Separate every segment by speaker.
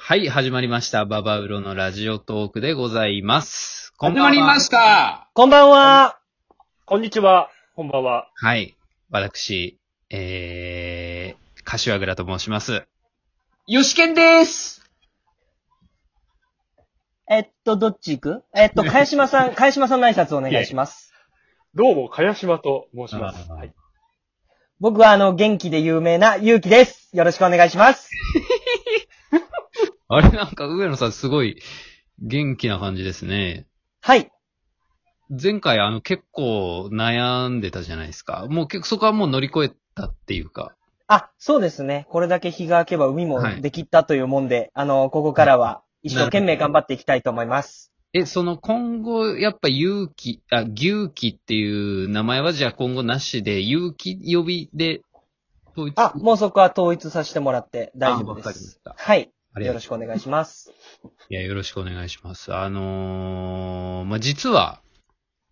Speaker 1: はい、始まりました。ババウロのラジオトークでございます。こん
Speaker 2: 始
Speaker 1: ばんは
Speaker 2: まりました。
Speaker 3: こんばんは。こんにちは。こんばんは。
Speaker 1: はい。私、えー、柏倉と申します。
Speaker 2: よしけんです。
Speaker 4: えっと、どっち行くえっと、茅島さん、 茅島さんの挨拶をお願いします。
Speaker 3: どうも、かやしまと申します。
Speaker 1: あー
Speaker 3: はい、
Speaker 4: 僕はあの、元気で有名なゆうきです。よろしくお願いします。
Speaker 1: あれ、なんか上野さんすごい元気な感じですね。
Speaker 4: はい。
Speaker 1: 前回あの結構悩んでたじゃないですか。もう結構そこはもう乗り越えたっていうか。
Speaker 4: あ、そうですね。これだけ日が明けば海
Speaker 1: はい
Speaker 4: もできたというもんで、あの、ここからは一生懸命頑張っていきたいと思います。
Speaker 1: え、その今後、やっぱ勇気、あ、牛気っていう名前はじゃあ今後なしで、勇気呼びで、統一
Speaker 4: あ、もうそこは統一させてもらって大丈夫で
Speaker 1: あわかりまし
Speaker 4: す
Speaker 1: た。
Speaker 4: はい。
Speaker 1: ありが
Speaker 4: よ
Speaker 1: と
Speaker 4: ろ
Speaker 1: う
Speaker 4: しくお願いします。
Speaker 1: いや、よろしくお願いします。あのー、まあ、実は、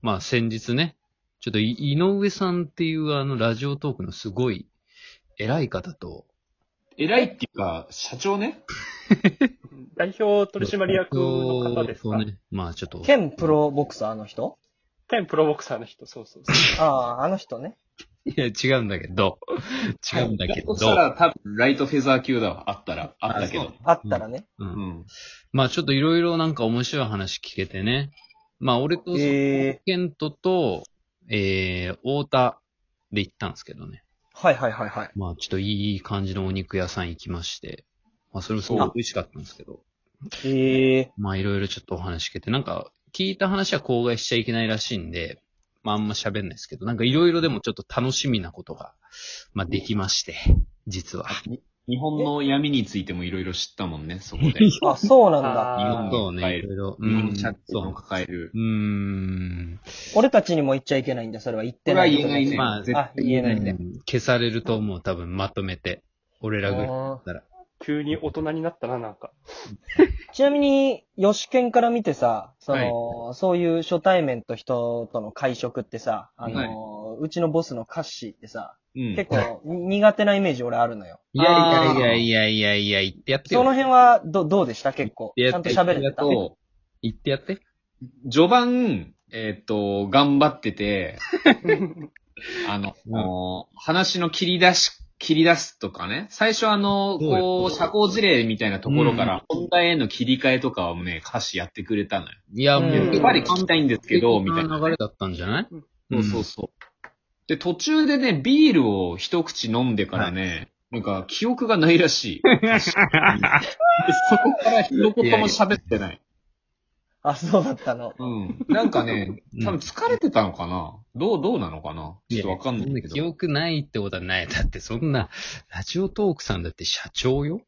Speaker 1: まあ、先日ね、ちょっとい、井上さんっていうあの、ラジオトークのすごい、偉い方と、
Speaker 2: 偉いっていうか、社長ね。
Speaker 3: 代表取締役の方ですか、
Speaker 1: とね、まあ、ちょっと、
Speaker 4: 県プロボクサーの人
Speaker 3: 県プロボクサーの人、そうそうそう。
Speaker 4: ああ、あの人ね。
Speaker 1: いや、違うんだけ ど、違うんだけ
Speaker 2: と
Speaker 1: ど、
Speaker 2: したら多分、ライトフェザー級だわ。あったら。あったけ
Speaker 1: あそ
Speaker 2: ど。
Speaker 4: あったらね。
Speaker 1: う、
Speaker 2: うんん。
Speaker 1: まあ、ちょっといろいろなんか面白い話聞けてね、まあ、俺と、
Speaker 4: ええ
Speaker 1: ケントと、えー、太田で行ったんですけどね。
Speaker 4: はいはいはいはい。
Speaker 1: まあ、ちょっといい感じのお肉屋さん行きまして、まあ、それもすごく美味しかったんですけど、
Speaker 4: ええ
Speaker 1: まあ、いろいろちょっとお話聞けて、なんか、聞いた話は口外しちゃいけないらしいんで、まあ、あんま喋んないですけど、なんかいろいろでもちょっと楽しみなことが、まあ、できまして、実は。
Speaker 2: 日本の闇についてもいろいろ知ったもんね、そこで。日
Speaker 4: あ、そうなんだ。
Speaker 3: あー
Speaker 1: そうね、いろいろ。う
Speaker 2: 本の
Speaker 1: ん、
Speaker 2: 社長
Speaker 1: そ
Speaker 2: の
Speaker 1: う。
Speaker 2: 抱える。
Speaker 1: うーん。
Speaker 4: 俺たちにも言っちゃいけないんだ、それは言っ
Speaker 2: こ
Speaker 4: て
Speaker 2: れは
Speaker 4: ない。
Speaker 2: 言えないね。
Speaker 1: まあ
Speaker 2: 絶対
Speaker 4: あ言えないね
Speaker 1: うん消されると思う、多分、まとめて。俺らぐらいだ
Speaker 4: あー
Speaker 1: ったら。
Speaker 3: 急に大人になったな、なんか。
Speaker 4: ちなみに、ヨシケンから見てさ、その、そういう初対面と人との会食ってさ、あの、
Speaker 2: は
Speaker 4: うちのボスのカッシーってさ、
Speaker 2: うん。
Speaker 4: 結構苦手なイメージ俺あるのよ。
Speaker 1: いやいやいやいやいやいや、言ってやってよ。
Speaker 4: その辺は、ど、どうでした結構。
Speaker 1: い
Speaker 4: ち
Speaker 1: や
Speaker 4: ゃんと喋
Speaker 1: いや
Speaker 4: れてた。
Speaker 2: と、
Speaker 1: 言ってやって。
Speaker 2: 序盤、えっ、と、頑張ってて、あの、
Speaker 1: うん
Speaker 2: もう話の切り出し、切り出すとかね。最初あの、
Speaker 1: そうよ
Speaker 2: こう、社交辞令みたいなところから、本題への切り替えとかはもうね、歌詞やってくれたのよ。
Speaker 1: いや、
Speaker 4: うん
Speaker 1: もう、
Speaker 2: やっぱり聞きたいんですけど、みたいな
Speaker 1: 流。れだったんじゃない
Speaker 2: そうそうそう。で、途中でね、ビールを一口飲んでからね、なんか、記憶がないらしい。でそこから一言も喋ってない。
Speaker 4: あ、そうだったの。
Speaker 2: うん。なんかね
Speaker 1: う、ん
Speaker 2: 多分疲れてたのかなどう、どうなのかなちょっとわかんないけ
Speaker 1: 記
Speaker 2: ど。
Speaker 1: 憶ないってことはない。だってそんな、ラジオトークさんだって社長よ。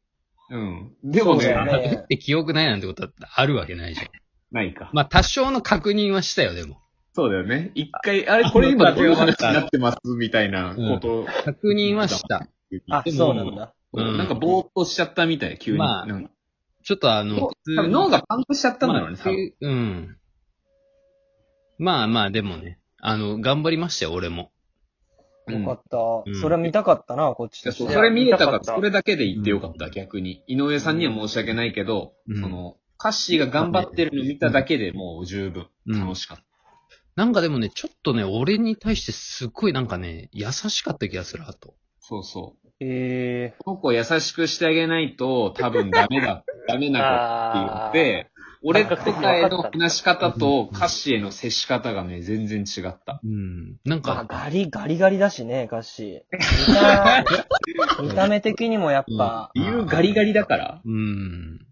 Speaker 2: うん。でも
Speaker 4: そうだ
Speaker 2: ね
Speaker 4: よ、
Speaker 1: だ
Speaker 4: ね
Speaker 1: って記憶ないなんてことはあるわけないじゃん。
Speaker 2: ないか。
Speaker 1: まあ多少の確認はしたよ、でも。
Speaker 2: そうだよね。一回、あれ、これ今どういう話になってますみたいなことを。
Speaker 1: 確認はした。
Speaker 4: あ、
Speaker 2: でも
Speaker 4: そうなんだ。
Speaker 1: うん
Speaker 2: なんかぼーっとしちゃったみたい、急に。
Speaker 1: まあ
Speaker 2: なんか
Speaker 1: ちょっとあの、
Speaker 2: 多
Speaker 1: 普通
Speaker 2: 分脳がパンクしちゃったんだろうね、
Speaker 1: まあ
Speaker 2: 多分。
Speaker 1: うん。まあまあ、でもね、あの、頑張りましたよ、俺も。
Speaker 2: うん
Speaker 4: よかった、
Speaker 1: うん
Speaker 4: それは見たかったな、こっち
Speaker 2: いや
Speaker 4: と
Speaker 2: そ
Speaker 4: し
Speaker 2: う
Speaker 4: て
Speaker 2: それ見えたか
Speaker 3: いや
Speaker 2: ら、それだけで言ってよかった、逆に。井上さんには申し訳ないけど、
Speaker 1: うん
Speaker 2: その、カッシーが頑張ってるの見ただけでもう十分
Speaker 1: うん
Speaker 2: 楽しかった。
Speaker 1: なんかでもね、ちょっとね、俺に対してすっごいなんかね、優しかった気がする、あと。
Speaker 2: そうそう。
Speaker 4: え
Speaker 2: この子を優しくしてあげないと、多分ダメ だ、ダメな子って言
Speaker 3: あ
Speaker 2: っ
Speaker 3: ー
Speaker 2: て、俺と世界の話し方とカッシーへの接し方がね、全然違った。
Speaker 1: うん。なん
Speaker 4: ま
Speaker 1: か、
Speaker 4: あ、ガリ、ガリガリだしね、ガッシー。見た 見た目的にもやっぱ、
Speaker 1: うん
Speaker 2: 理由ガリガリだから。
Speaker 1: うん。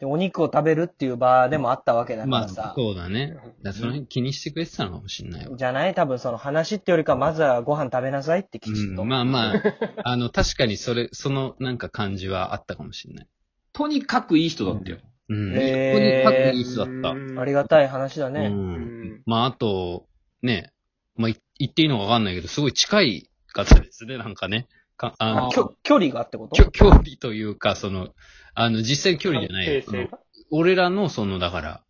Speaker 4: でお肉を食べるっていう場でもあったわけだか
Speaker 1: ま
Speaker 4: ら
Speaker 1: あ、
Speaker 4: さ。
Speaker 1: そうだね。だからその辺気にしてくれてたのかもしれないわ。
Speaker 4: じゃない多分その話ってよりか、まずはご飯食べなさいってきちっと。
Speaker 1: うん、まあまあ、あの、確かにそれ、そのなんか感じはあったかもしれない。
Speaker 2: とにかくいい人だったよ。
Speaker 1: うん。
Speaker 4: へー
Speaker 1: ここに書くいい人だっ
Speaker 4: あり
Speaker 3: が
Speaker 4: がたい話
Speaker 1: た。
Speaker 4: だ
Speaker 1: う
Speaker 4: ね。
Speaker 1: ん。
Speaker 3: ん。
Speaker 1: まあ、あと、ね、まあ、い言っていいのかわかんないけど、すごい近い方ですね、なんかね。かあ
Speaker 2: あ
Speaker 1: の
Speaker 4: きょ距離がってこと
Speaker 1: きょ距離というか、その、あの、実際距離じゃないよ
Speaker 3: 関係性が
Speaker 1: 俺らの、その、だから、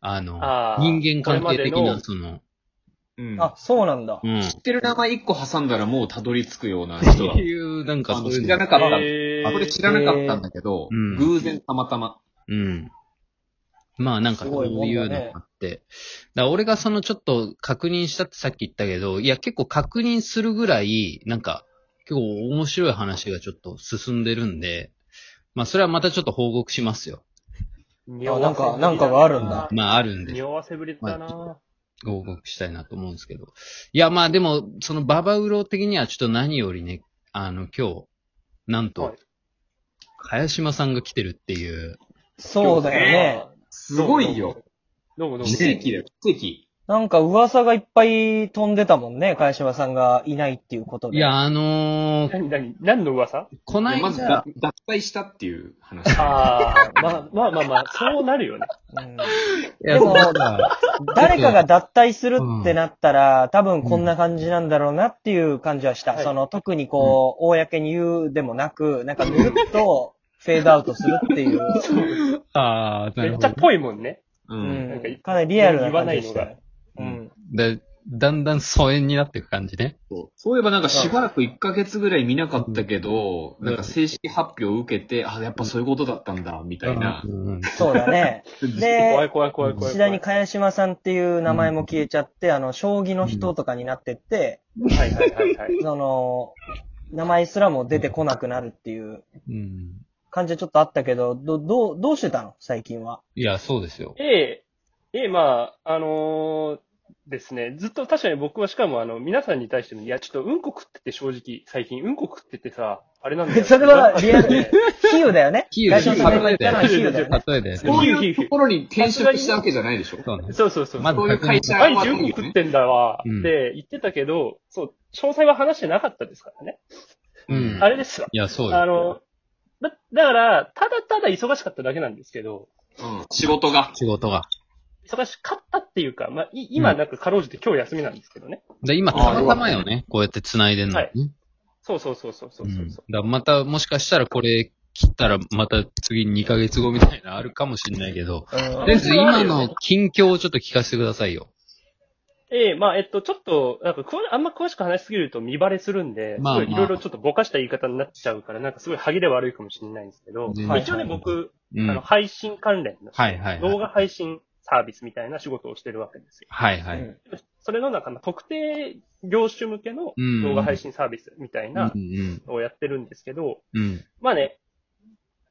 Speaker 1: あの、
Speaker 3: あー
Speaker 1: 人間関係的
Speaker 3: これまで
Speaker 1: な、
Speaker 3: の
Speaker 1: その、
Speaker 2: うん。
Speaker 4: あ、そうなんだ。
Speaker 1: うん。
Speaker 2: 知ってる名前一個挟んだらもうたどり着くような人
Speaker 1: っ
Speaker 2: は
Speaker 1: て。いう、なんか
Speaker 2: あ
Speaker 1: そう
Speaker 2: の
Speaker 1: いう
Speaker 2: 知
Speaker 1: の
Speaker 2: らなかった。
Speaker 3: えー
Speaker 2: あこれ知らなかったんだけど、
Speaker 1: えーうん
Speaker 2: 偶然たまたま。
Speaker 1: うん。まあなんかそういうのがあって。だから俺がそのちょっと確認したってさっき言ったけど、いや結構確認するぐらい、なんか結構面白い話がちょっと進んでるんで、まあそれはまたちょっと報告しますよ。
Speaker 4: あなんかなんかがあるんだ
Speaker 1: まああるんで、
Speaker 3: 匂わせぶりだな
Speaker 1: 報告したいなと思うんですけど。いやまあでも、そのババウロー的にはちょっと何よりね、あの今日、なん
Speaker 3: は
Speaker 1: と
Speaker 3: い、
Speaker 1: 茅島さんが来てるっていう、
Speaker 4: そうだよね。
Speaker 2: すごいよ。
Speaker 3: どうもどうも。
Speaker 2: 奇跡だよ、奇
Speaker 4: なんか噂がいっぱい飛んでたもんね、会島さんがいないっていうことで。
Speaker 1: いやあのー、
Speaker 3: 何何何の噂
Speaker 1: こ
Speaker 2: 跡。
Speaker 1: ないだ
Speaker 2: やまずが脱退したっていう話。
Speaker 3: ああ、まあまあまあまあ、そうなるよね。
Speaker 4: うん
Speaker 1: いや、そうだ。
Speaker 4: 誰かが脱退するってなったら、多分こんな感じなんだろうなっていう感じはした。
Speaker 3: はい
Speaker 4: その、特にこう、公に言うでもなく、なんかぬるっとフェードアウトするっていう、
Speaker 1: ああ、な
Speaker 3: め
Speaker 1: る
Speaker 3: っ
Speaker 1: ほ
Speaker 3: ちゃ
Speaker 1: ど
Speaker 3: っ。ぽいもんね。
Speaker 2: う。
Speaker 4: うん
Speaker 3: なん
Speaker 4: ん
Speaker 3: か、
Speaker 4: かなりリアルな感じでしたよ。う
Speaker 2: 言わない
Speaker 4: ん。
Speaker 1: で、だんだん疎遠になっていく感じね。
Speaker 2: そうそういえばなんかしばらく1ヶ月ぐらい見なかったけど、
Speaker 1: うん
Speaker 2: なんか正式発表を受けて、あ、やっぱそういうことだったんだ、みたいな
Speaker 1: う。んうん
Speaker 4: そうだね。
Speaker 3: 怖い
Speaker 4: で、
Speaker 3: 怖い怖い怖い。
Speaker 4: 次第に茅島さんっていう名前も消えちゃって、あの、将棋の人とかになってって、
Speaker 3: はいはいはいはい。
Speaker 4: その、名前すらも出てこなくなるっていう
Speaker 1: うん。
Speaker 4: 感じはちょっとあったけど、ど、どう、どうしてたの最近は。
Speaker 1: いや、そうですよ。
Speaker 3: ええ、ええ、まあ、あのーですね、ずっと確かに僕はしかもあの、皆さんに対しても、いや、ちょっとうんこ食ってて正直、最近うんこ食っててさ、あれなんだ よ。
Speaker 4: それはリアルで。比喩だよね。
Speaker 1: 比喩
Speaker 4: 会社さんが言ったのは
Speaker 3: 比
Speaker 4: 比
Speaker 3: 喩
Speaker 4: 喩
Speaker 3: だ
Speaker 4: だ
Speaker 3: よ
Speaker 4: よ
Speaker 3: ね
Speaker 4: ね。
Speaker 1: 例えで。そ
Speaker 2: そういうところに転職したわけじゃないでしょ。
Speaker 1: うね。
Speaker 3: そうそうそう。
Speaker 1: まず
Speaker 2: そういう会社
Speaker 3: 毎
Speaker 2: は
Speaker 3: 日うんこ食ってんだわ、
Speaker 1: うん
Speaker 3: って言ってたけど、そう、詳細は話してなかったですからね。
Speaker 1: うん。
Speaker 3: あれですよ。
Speaker 1: いや、そう
Speaker 3: あ
Speaker 1: よ。
Speaker 3: の、だ、だから、ただただ忙しかっただけなんですけど、
Speaker 2: うん仕事が。
Speaker 1: 仕事が。
Speaker 3: 忙しかったっていうか、まあ、い今
Speaker 1: うん
Speaker 3: なんかかろうじて今日休みなんですけどね。
Speaker 1: で、今、たまたまよね。こうやって繋いでんのね。
Speaker 3: はいそうそうそうそうそう
Speaker 1: う
Speaker 3: そ
Speaker 1: ん。
Speaker 3: う
Speaker 1: だからまた、もしかしたらこれ切ったら、また次2ヶ月後みたいなのあるかもしれないけど。と
Speaker 4: うん
Speaker 1: りあえず、今の近況をちょっと聞かせてくださいよ。
Speaker 3: ええまあ、えっと、ちょっと、なんか、くわあんま詳しく話しすぎると見バレするんで、
Speaker 1: まあまあ
Speaker 3: すごいいろいろちょっとぼかした言い方になっちゃうから、なんかすごい歯切れ悪いかもしれないんですけど、
Speaker 1: 全然
Speaker 3: まあ一応ね、僕、
Speaker 1: う
Speaker 3: あ
Speaker 1: ん。
Speaker 3: の、
Speaker 1: はい
Speaker 3: 配信関連の、
Speaker 1: はいはい。
Speaker 3: 動画配信サービスみたいな仕事をしてるわけですよ。
Speaker 1: はいはい。
Speaker 3: それの中の特定業種向けの
Speaker 1: うん
Speaker 3: 動画配信サービスみたいな
Speaker 1: うんうん。
Speaker 3: のをやってるんですけど、
Speaker 1: うん。
Speaker 3: まあね、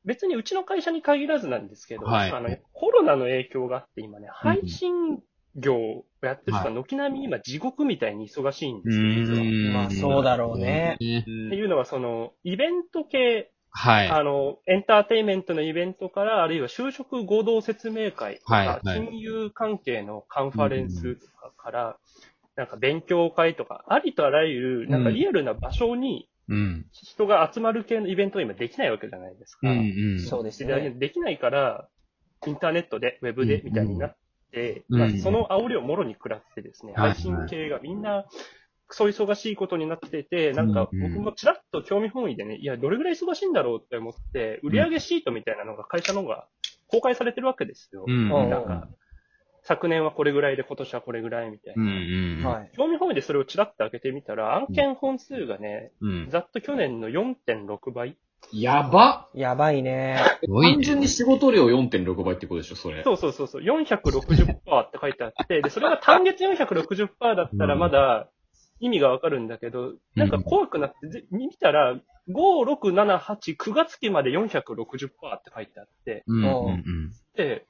Speaker 3: 別にうちの会社に限らずなんですけど、
Speaker 1: はい
Speaker 3: あのコロナの影響があって今ね、配信業をやってる人が軒並み今地獄みたいに忙しいんですよ、実は。
Speaker 1: うん。
Speaker 4: まあそうだろうね。
Speaker 3: っていうのはその、イベント系、
Speaker 1: はい。
Speaker 3: あの、エンターテインメントのイベントから、あるいは就職合同説明会とか、
Speaker 1: はいはい
Speaker 3: 金融関係のカンファレンスとかから、なんか勉強会とか、ありとあらゆる、なんかリアルな場所に
Speaker 1: うん。
Speaker 3: 人が集まる系のイベントが今できないわけじゃないです
Speaker 1: う
Speaker 3: か。
Speaker 1: んうん。
Speaker 4: そうです
Speaker 3: で
Speaker 4: ね。
Speaker 3: できないから、インターネットで、ウェブ
Speaker 1: う
Speaker 3: で
Speaker 1: ん、
Speaker 3: みたいになって、
Speaker 1: うん
Speaker 3: まあその煽りをもろに食らってですね、
Speaker 1: はい
Speaker 3: 配信系がみんな、クソ忙しいことになってて、なんか
Speaker 1: うんうん
Speaker 3: 僕もちらっと興味本位でね、いや、どれぐらい忙しいんだろうって思って、売上シートみたいなのが会社の方が公開されてるわけですよ。
Speaker 1: うん。
Speaker 4: うん
Speaker 3: なんか、昨年はこれぐらいで今年はこれぐらいみたいな。
Speaker 1: うんうん。
Speaker 4: はい。
Speaker 3: 興味本位でそれをちらっと開けてみたら、案件本数がね、
Speaker 1: うん。
Speaker 3: ざっと去年の4.6倍。
Speaker 2: やば
Speaker 4: やばいね。
Speaker 1: すごい
Speaker 2: 単
Speaker 1: ね。
Speaker 2: 純に仕事量4.6倍ってことでしょ、それ。
Speaker 3: そうそうそうそう、460%って書いてあって、で、それが単月460%だったらまだ意味がわかるんだけど、なんか怖くなって、ぜ見たら、5、6、7、8、9月期まで460%って書いてあって、
Speaker 1: うんうん
Speaker 3: で、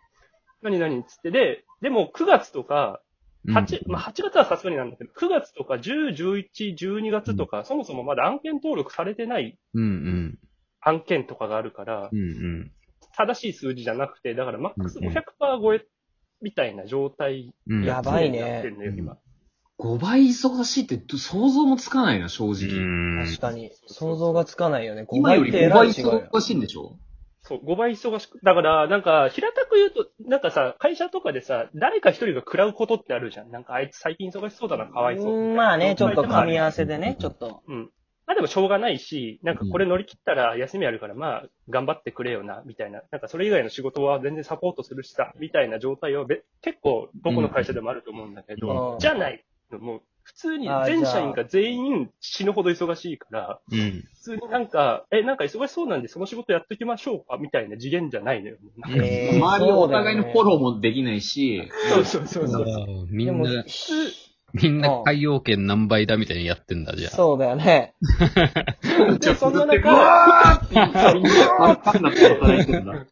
Speaker 3: 何何っつって、で、でも9月とか、
Speaker 1: うん。
Speaker 3: 8、まあ、8月はさすがになんだけど、9月とか10、11、12月とか、そもそもまだ案件登録されてない
Speaker 1: うんうん。
Speaker 3: 案件とかがあるから、
Speaker 1: うんうん。
Speaker 3: 正しい数字じゃなくて、だからマックス
Speaker 1: うんうん
Speaker 3: 500%超えみたいな状態
Speaker 1: うん。
Speaker 4: やばいね
Speaker 3: 常になってんのよ今
Speaker 2: 5倍忙しいってど想像もつかないな、正
Speaker 1: う
Speaker 2: 直。
Speaker 1: ん。
Speaker 4: 確かに。想像がつかないよね。5
Speaker 2: 今よ
Speaker 4: 倍
Speaker 2: り
Speaker 4: っ
Speaker 2: 5
Speaker 4: て偉
Speaker 2: 倍
Speaker 4: い違うよ。
Speaker 2: 忙しいんでしょ
Speaker 3: そう、5倍忙しく。だから、なんか、平たく言うと、なんかさ、会社とかでさ、誰か一人が食らうことってあるじゃん。なんか、あいつ最近忙しそうだな、かわいそう。
Speaker 4: うんまあね、ちょっと噛み合
Speaker 3: わ
Speaker 4: わせでね、ちょっと。
Speaker 3: うん。まあでもしょうがないし、なんかこれ乗り切ったら休みあるから、まあ、頑張ってくれよな、みたいな。なんかそれ以外の仕事は全然サポートするしさ、みたいな状態はべ結構、どこの会社でもあると思うんだけど、
Speaker 4: うん
Speaker 3: じゃない。のも、普通に
Speaker 4: あー
Speaker 3: 全社員が全員死ぬほど忙しいから、
Speaker 1: うん。
Speaker 3: 普通になんか、え、なんか忙しそうなんでその仕事やっときましょうかみたいな次元じゃないのよ。
Speaker 4: えー
Speaker 2: 周りをお互いのフォ
Speaker 4: そうだよね
Speaker 2: ローもできない し、
Speaker 3: そうそうそう
Speaker 1: あ
Speaker 3: そう。
Speaker 1: ーみん
Speaker 4: で
Speaker 1: な
Speaker 4: も、
Speaker 1: みんな海洋圏何倍だみたいにやってんだ、じゃあ。
Speaker 4: そうだよね。
Speaker 3: で、そんな
Speaker 2: う
Speaker 3: 中、
Speaker 2: わーって言って、みんな真っ赤になって働いてるん だ。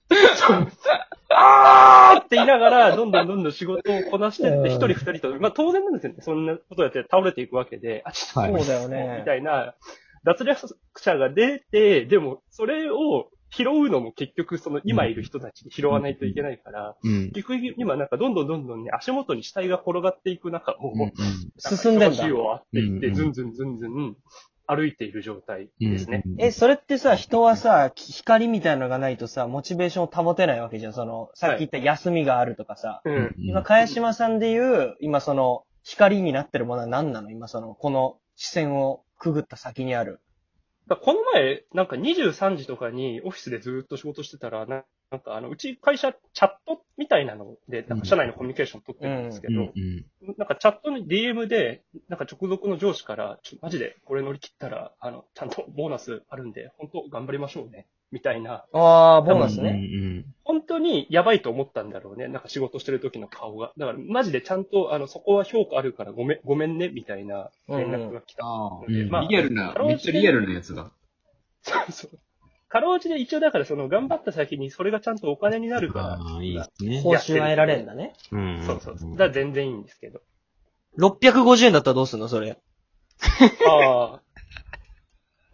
Speaker 3: あーって言いながら、どんどんどんどん仕事をこなしてって、一人二人と、まあ当然なんですよね。そんなことやって倒れていくわけで、あ、ちょっと
Speaker 4: そうだよ
Speaker 3: み
Speaker 4: ね。
Speaker 3: たいな、脱落者が出て、でも、それを拾うのも結局、その今いる人たちに拾わないといけないから、
Speaker 1: うん。
Speaker 3: 結局今なんかどんどんどんどんね、足元に死体が転がっていく中を、
Speaker 1: うん
Speaker 4: 進んでんだ
Speaker 3: 火をあっていっ
Speaker 1: う
Speaker 3: て、
Speaker 1: ん
Speaker 3: ずんずんずんずん歩いている状態ですね。
Speaker 1: うん
Speaker 4: え、それってさ、人はさ、き光みたいのがないとさ、モチベーションを保てないわけじゃん。その、さっき言った休みがあるとかさ。
Speaker 3: うん。
Speaker 1: うん
Speaker 4: 今、茅島さんで言う、今その、光になってるものは何なの今その、この視線をくぐった先にある。
Speaker 3: だからこの前、なんか23時とかにオフィスでずっと仕事してたら、ななんかあの、うち会社、チャットみたいなので、なんか社内のコミュニケーション取ってるんですけ
Speaker 1: うん
Speaker 3: ど、
Speaker 1: うん
Speaker 3: なんかチャットの DM で、なんか直属の上司から、ちょ、マジでこれ乗り切ったら、あの、ちゃんとボーナスあるんで、本当頑張りましょうね。みたいな、
Speaker 4: ああ、ボーナスね。
Speaker 3: 本当にやばいと思ったんだろうね。なんか仕事してる時の顔が。だから、マジでちゃんと、あの、そこは評価あるからごめん、ごめんね、みたいな連絡が来た
Speaker 2: あ
Speaker 3: の
Speaker 2: ー
Speaker 3: で、
Speaker 1: うん
Speaker 3: まあ、
Speaker 2: リアルな、めっちゃリアルなやつだ。
Speaker 3: そうそう。かろうじて一応だから、その、頑張った先にそれがちゃんとお金になるから、
Speaker 1: ああ、いいですね。
Speaker 4: 報酬が得られるんだね。
Speaker 1: うん
Speaker 3: そうそうそう。だから全然いいんですけど。
Speaker 4: 650円だったらどうすんのそれ。
Speaker 3: あ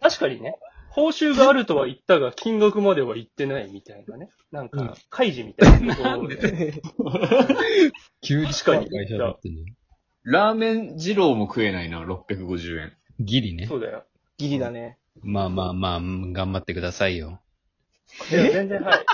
Speaker 3: あ。確かにね、報酬があるとは言ったが、金額までは言ってないみたいなね。なん
Speaker 4: うん
Speaker 3: か、開示みたいなところで。
Speaker 1: 急に
Speaker 3: 確かに
Speaker 1: 会社だってね。
Speaker 2: ラーメン二郎も食えないな、650円。
Speaker 1: ギリね
Speaker 3: そ。うだよ。
Speaker 4: ギリだね。
Speaker 1: まあまあまあ、頑張ってくださいよ。
Speaker 3: いや、全然はい。